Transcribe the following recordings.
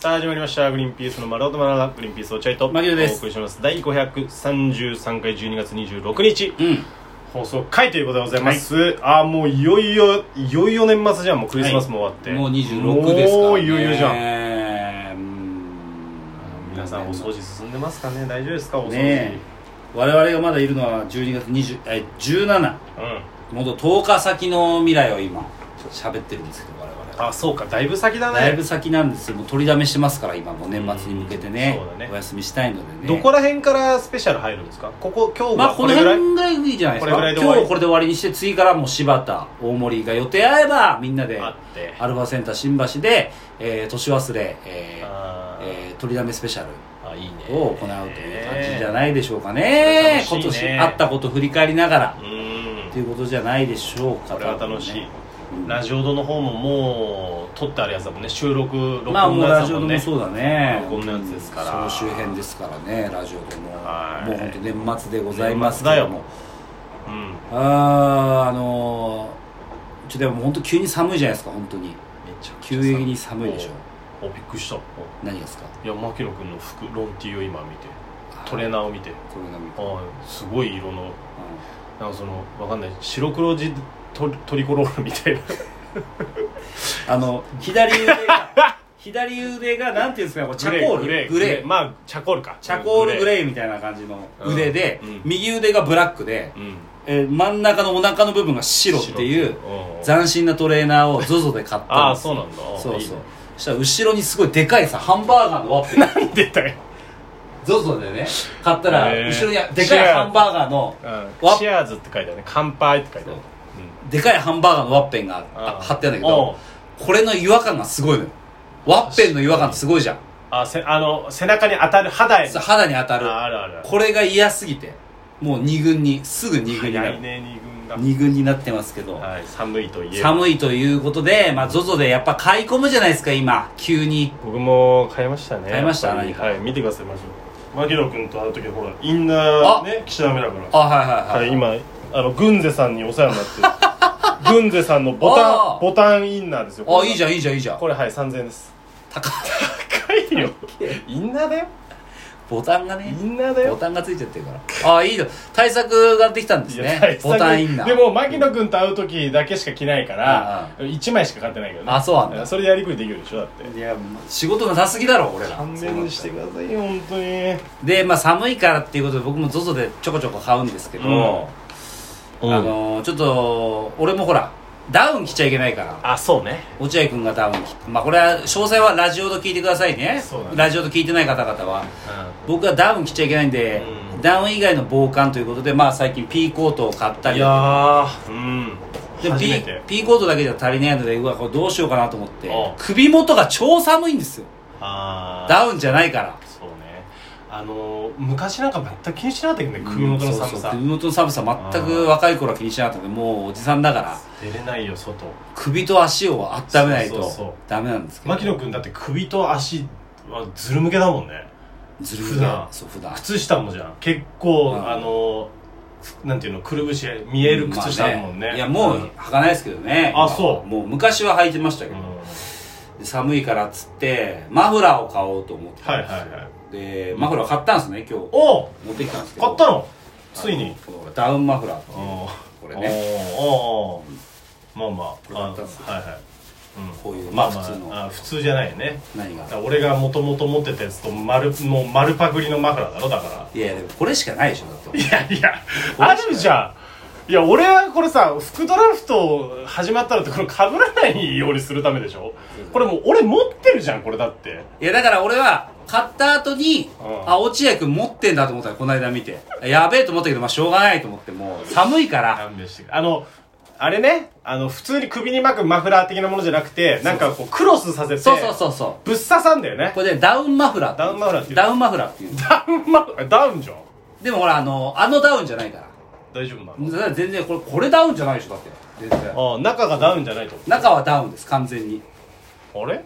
さあ始まりましたグリーンピースの丸尾と丸尾グリーンピースお茶いと牧野ですお送りします第533回12月26日うん放送回ということでございます、ああもういよいよいよいよ年末じゃんもうクリスマスも終わって、もう26ですから、ね、もういよいよじゃん、ゃん皆さんお掃除進んでますかね大丈夫ですかお掃除、ねえ我々がまだいるのは12月20え17うんもう10日先の未来を今喋ってるんですけど我々はあそうかだいぶ先だねだいぶ先なんですよもう取りだめしてますから今もう年末に向けてね,、うんそうだねお休みしたいのでねどこら辺からスペシャル入るんですかここ今日まあはここれのぐらい、辺ぐらいじゃないですこかれぐらいで終わ今り日これで終わりにして次からもう柴田大森が予定合えばみんなであってアルバセンター新橋で、えー年忘れ、えーあー、えー取りだめスペシャルあいいねを行うという感じじゃい、ないでしょうかね,、そ今れ楽しいね年あったことを振り返りながらえーということじゃないでしょうかこれは楽しい多分ねラジオドの方ももう撮ってあるやつだもんね収録録まあ音もうのラやつジだオもでんね、もそうだね録音のやつですから総集編ですからねラジオでもはいもう本当年末でございますけども年うん、めあーあのーちょっとでも本当急に寒いじゃないですか本当にちゃくちゃ急激に寒いでしょおおびっくりしたお何がですかいや牧野君の服ロン T を今見てトレーーナーを見てこれが見あたーすごい色のなんかそのわかんない白黒地トリトリコロールみたいなあの左腕が左腕がなんていうんですかこう チャコールグレーグレーまあチャコールかチャコールグー、レーみたいな感じの腕で、うんうん右腕がブラックで、うん、えー真ん中のお腹の部分が白っていう白うん斬新なトレーナーを ZOZO で買ったあんあですそうなんだあーそうそういそしたら後ろにすごいでかいさハンバーガーのワッペンいね出 たよ ZOZO でね買ったらへー後ろにでかいハンバーガーのうんチアーズって書いてあるね乾杯って書いてあるそうでかいハンバーガーのワッペンがああー貼ってあるんだけうんどこれの違和感がすごいのよワッペンの違和感ってすごいじゃんあせあの背中に当たる肌へのそう肌に当たるああるあるこれが嫌すぎてもう2軍にすぐ2軍にな早いる、ね二軍が2軍になってますけど、はい、寒いといえば寒いということで、まあ、ZOZO でやっぱ買い込むじゃないですか今急に僕も買いましたね買いましたやっぱり何かはい見てくださいマジで牧野君と会う時ほらインナーね岸田めだからあはいははいいはい、今あのグンゼさんにお世話になって るグンゼさんのボタあンーボタンインナーですよあいいじゃんいいじゃんいいじゃんこれはい3000円です高い高いよインナーだよボタンがイねンナーだボよタンがついちゃってるからあいいの対策ができたんですいや大ね作ボタンインナーでも牧野君と会う時だけしか着ないから1枚しか買ってないけどねあそうなんだそれでやりくりできるでしょだっていや仕事なさすぎだろ俺ら勘弁してくださいよ本当にで、まあ、寒いからっていうことで僕も ZOZO でちょこちょこ買うんですけど、うんあのーちょっと俺もほらダウン着ちゃいけないからあそうね落合君がダウン着まあこれは詳細はラジオと聞いてくださいねそうだねラジオと聞いてない方々は僕はダウン着ちゃいけないんで、うんダウン以外の防寒ということでまあ最近ピーコートを買ったいりやーうんでも初ピめーてピーコートだけじゃ足りないのでうわこれどうしようかなと思ってああ首元が超寒いんですよあーダウンじゃないからそうねあのー昔なんか全く気にしなかったけどね首元の寒うんそうそうさ首元の寒さ全く若い頃は気にしなかったのでもうおじさんだから出れないよ外首と足を温めないそうとそうそうダメなんですけど牧野君だって首と足はずる向けだもんねずるいね普段そう普段靴下もじゃん結構うんあのーなんていうのくるぶし見える靴下だもんまあねいやもううん履かないですけどねあ今はそうもう昔は履いてましたけど、で寒いからっつってマフラーを買おうと思ってはたんいはいですよはいでマフラー買ったんですね今日おお持ってきたんですけど買ったのついあのにこのダウンマフラーっていうおーこれねおーおーまあまこれあ買あったんですよはいはいうんこういうまあまあま普通のああ普通じゃないよね何がだから俺がもともと持ってたやつと丸もう丸パクリのマフラーだろだかいやいやでもこれしかないでしょだってらいやいやあるじゃんいや俺はこれさ副ドラフト始まったのってこれ被らないようにするためでしょこれもう俺持ってるじゃんこれだっていやだから俺は買った後に、うんあ落合君持ってんだと思ったらこの間見てやべえと思ったけどまあしょうがないと思ってもう寒いから勘弁してあのあれねあの普通に首に巻くマフラー的なものじゃなくてなんかこうクロスさせてそうそうそうそうぶっ刺さんだよねこれでダウンマフラーってダウンマフラーっていうダウンマフラーっていダウンマフラー うダウンじゃんでもほらあのあのダウンじゃないから大丈夫なのだから全然これこれダウンじゃないでしょだって全然ああ中がダウンじゃないと中はダウンです完全にあれ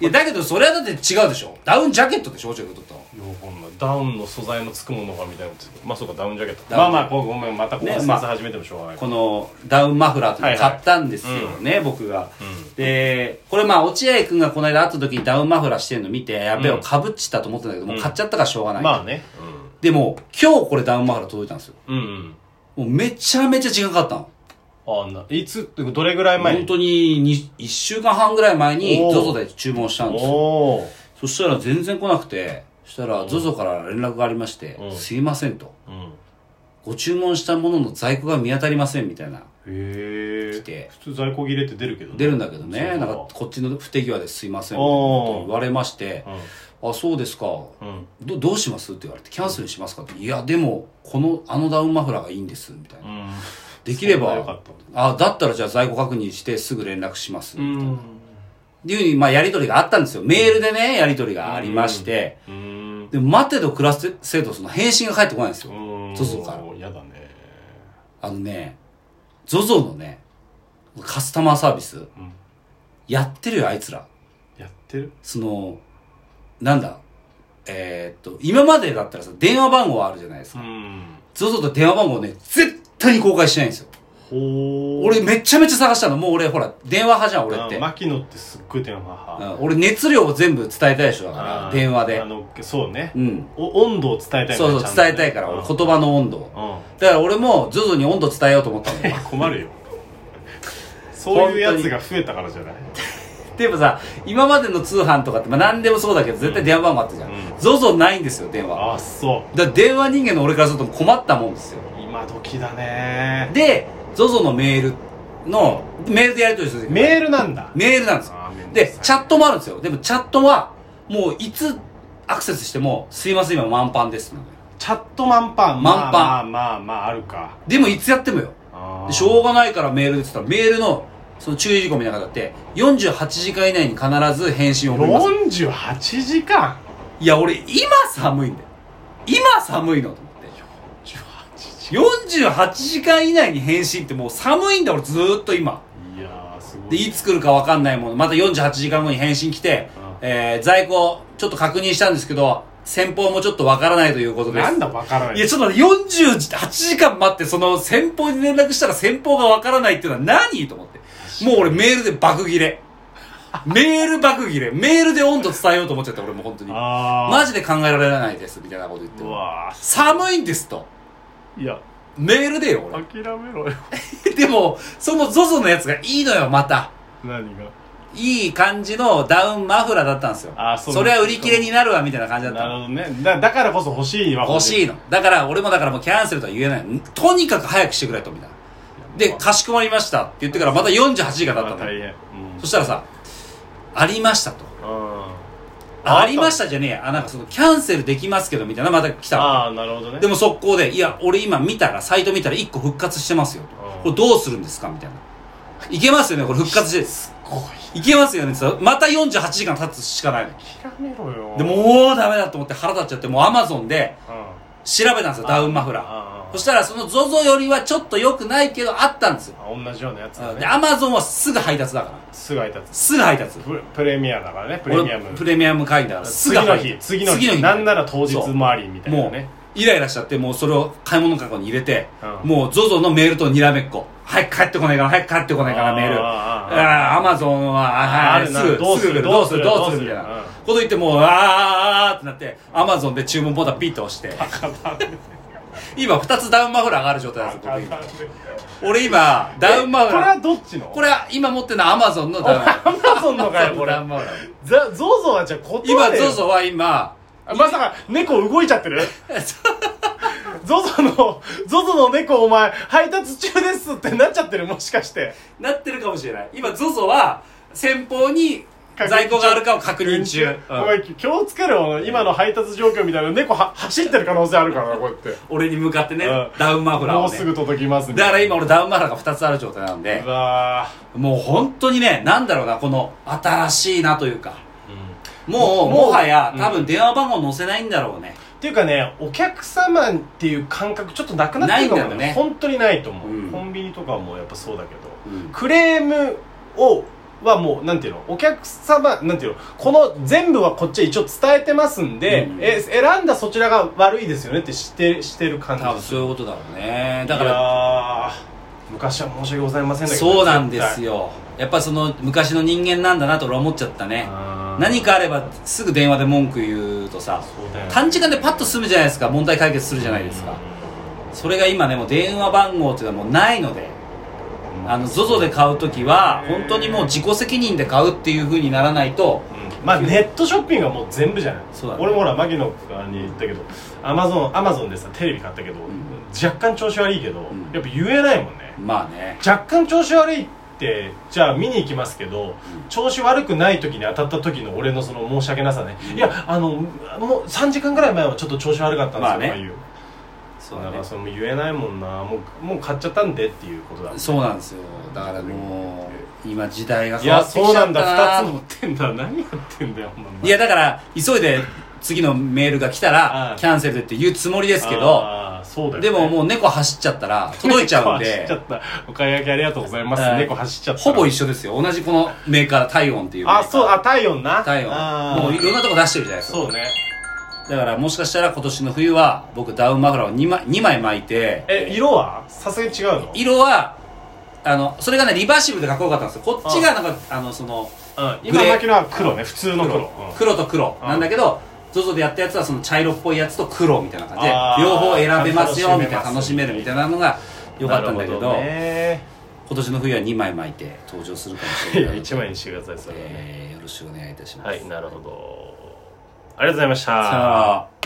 いやだけどそれはだって違うでしょダウンジャケットでしょ落合君取ったのいやわかんないダウンの素材のつくものがみたいなことまあそうかダウンジャケットダまウあンまあこうごめんまたこうね説ま明あ始めてもしょうがない、このダウンマフラーというのをはいはい買ったんですよね、僕が、でこれまあ落合君がこの間会った時にダウンマフラーしてるの見てやべえうんかぶっちったと思ってたんだけど、もう買っちゃったからしょうがない、まあねでも今日これダウンマフラー届いたんですようんうんもうめちゃめちゃ時間かかったのあないつどれぐらい前本当にに1週間半ぐらい前におー ZOZO で注文したんですよおおそしたら全然来なくてそしたら ZOZO から連絡がありましてう「んすいません」とうん「ご注文したものの在庫が見当たりません」みたいなへえて普通在庫切れって出るけどね出るんだけどそうねなんかこっちの不手際ですいませんみたいなことおー言われまして「あそうですかうんうんどどうします?」って言われて「キャンセルしますか?」って「いやでもこのあのダウンマフラーがいいんです」みたいうなん「できれそんなよかばったあだったらじゃあ在庫確認してすぐ連絡します」うっんていうふうにまあやり取りがあったんですよメールでねやり取りがありましてうんでも待てど暮らせどその返信が返ってこないんですよそうそうかやだねあのね ZOZO のねカスタマーサービスうんやってるよあいつらやってるそのなんだえーっと今までだったらさ電話番号あるじゃないですか、んそうすると電話番号ね絶対に公開しないんですよほー俺めちゃめちゃ探したのもう俺ほら電話派じゃん俺って、あ牧野ってすっごい電話派うん俺熱量を全部伝えたいでしょだからあー電話であのそうねうんお温度を伝えたいからそうそうちゃんとね伝えたいからうん俺言葉の温度をうんだから俺も ZOZO に温度伝えようと思ったのよ 困るよそういうやつが増えたからじゃないでもさ今までの通販とかって、まあ、何でもそうだけど絶対電話番号あったじゃん、うん ZOZO ないんですよ電話あそだから電話人間の俺からすると困ったもんですよう今時だねで ZOZO のメールのメールでやり取りする時メールなんだメールなんですよあーめんどくでさいチャットもあるんですよでもチャットはもういつアクセスしても「すいません今満帆です」なのよチャットマンパンマンパまあまあまあまああるかでもいつやってもよあーでしょうがないからメールでって言ったらメールのその注意事項みたいなのがあって48時間以内に必ず返信を送ります48時間いや俺今寒いんだよ今寒いのと思って48時48時間以内に返信ってもう寒いんだ俺ずーっと今間いやーすごでいいつ来るか分かんないものまた48時間後に返信来て、うえー、在庫ちょっと確認したんですけど先方もちょっと分からないということですなんだわからないいやちょっと待って48時間待ってその先方に連絡したら先方が分からないっていうのは何と思ってもう俺メールで爆 切れメール爆切れメールで温度伝えようと思っちゃった俺もう本当にあマジで考えられないですみたいなこと言ってジうわ寒いんですとーいやメールでよ俺諦めろよ でもその ZOZO のやつがいいのよまた何がいい感じのダウンマフラーだったんですよあーそうれは売り切れになるわみたいな感じだったなるほのどねだだからこそ欲しいわ欲しいののだから俺もだからもうキャンセルとは言えないんとにかく早くしてくれとみたいなでかしこまりましたって言ってからまた48時間だったの、大変うんそしたらさありましたとあありましたじゃねえやあなんかそのキャンセルできますけどみたいなまた来たのああなるほどねでも速攻で、いや、俺今見たら、サイト見たら1個復活してますようと。んこれどうするんですかみたいな。いけますよねこれ復活して。すごいいけますよねそうまた48時間経つしかないの。諦めろよで、もうダメだと思って腹立っちゃって、もう Amazon でうんあ調べたんですよ、ダウンマフラー。あそしたら、その ZOZO よりはちょっと良くないけど、あったんですよ。あ同じようなやつだで、ね Amazon はすぐ配達だから。すぐ配達すぐ配達。プレプレミアだからねプレミア俺ムプレミアム会員だから、す次のぐ配日達次の日なんなら当日そう回りみたいもなうね、イライラしちゃって、もうそれを買い物かごに入れて、うんもう ZOZO のメールとにらめっこ。早く帰ってこないから、早く帰ってこないから、メール。あーああ、アマゾンは、ああはいるなすぐ、どうするぐ来どうするどうすどうするるみたいなうん。こと言って、もう、あーあーあーってなって、アマゾンで注文ボタンピッと押して。今、2つダウンマフラーがある状態なんですよ、僕今。俺今、ダウンマフこれラはー。どっちのこれは今持ってるのはアマゾンのダウンマフラー。アマゾンのかよこれダウンマフラーザゾウゾウはじゃあ断れ今、よ ZOZO は今、あま さか猫動いちゃってるゾゾのゾゾの猫お前配達中ですってなっちゃってるもしかしてなってるかもしれない。今、ZOZO は、先方に在庫があるかを確認中。うんお前気をつけろ今の配達状況みたいな猫は走ってる可能性あるからなこうやって俺に向かってねうん、ダウンマフラーもをうすねぐ。届きますみだたいかなら今俺ダウンマフラーが2つある状態なんでう、わもう本当にね、なんだろうな、この新しいなというか、ーもう、もうもはやうん多分電話番号載せないんだろうね。っていうかねお客様っていう感覚ちょっとなくなってるかもないんだよねね本当にないと思う、うんコンビニとかもやっぱそうだけど、うんクレームをはもうなんていうのお客様なんていうのこの全部はこっちは一応伝えてますんで、うんえ選んだそちらが悪いですよねってしてしてる感じ多分そういうことだろうねだかいやらー昔は申し訳ございませんだけどそうなんですよよやっぱその昔の人間なんだなと俺は思っちゃったね何かあればすぐ電話で文句言うとさそうだよね短時間でパッと済むじゃないですか問題解決するじゃないですかそれが今ねもう電話番号っていうのはもうないのであの ZOZO で買う時はへー本当にもう自己責任で買うっていう風にならないとうんまあネットショッピングはもう全部じゃないそうだね俺もほら牧野に言ったけどアマゾンアマゾンでさテレビ買ったけど、ん若干調子悪いけど、んやっぱ言えないもんねまあね若干調子悪いってじゃあ見に行きますけど、調子悪くない時に当たった時の俺のその申し訳なさね、いやあのもう3時間ぐらい前はちょっと調子悪かったんですよ、まあねとか言うそうだだかねらそれも言えないもんなもうもう買っちゃったんでっていうことだそうなんですよだからもう今時代がいや変そわうなんだってきちゃった2つ持ってんだ何やってんだよほんまいやだから急いで次のメールが来たあらあキャンセルでって言うつもりですけどあーそうだよねでももう猫走っちゃったら届い ちゃうん走っでちゃったお買い上げありがとうございますはい猫走っちゃったほぼ一緒緒ですよ同じこのメーカー体温っていうメーカーあそうあ体温な体温もういろんななとこ出してるじゃないですかそうねだからもしかしたら今年の冬は僕ダウンマフラーを2枚 ,2 枚巻いてえ色はさすがに違うの色はあのそれがねリバーシブルでかっこよかったんですよこっちがなんかあのそのうんグ今レー巻きのは黒ね普通の黒黒と黒うんなんだけど ZOZO でやったやつはその茶色っぽいやつと黒みたいな感じであー両方選べますよ楽しめますみたいな楽しめるみたいなのが良かったんだけどなるほね今年の冬は2枚巻いて登場するか もしいれなやい一枚にしてくださいそれはねえーよろしくお願いいたしますはいなるほどありがとうございましたさあ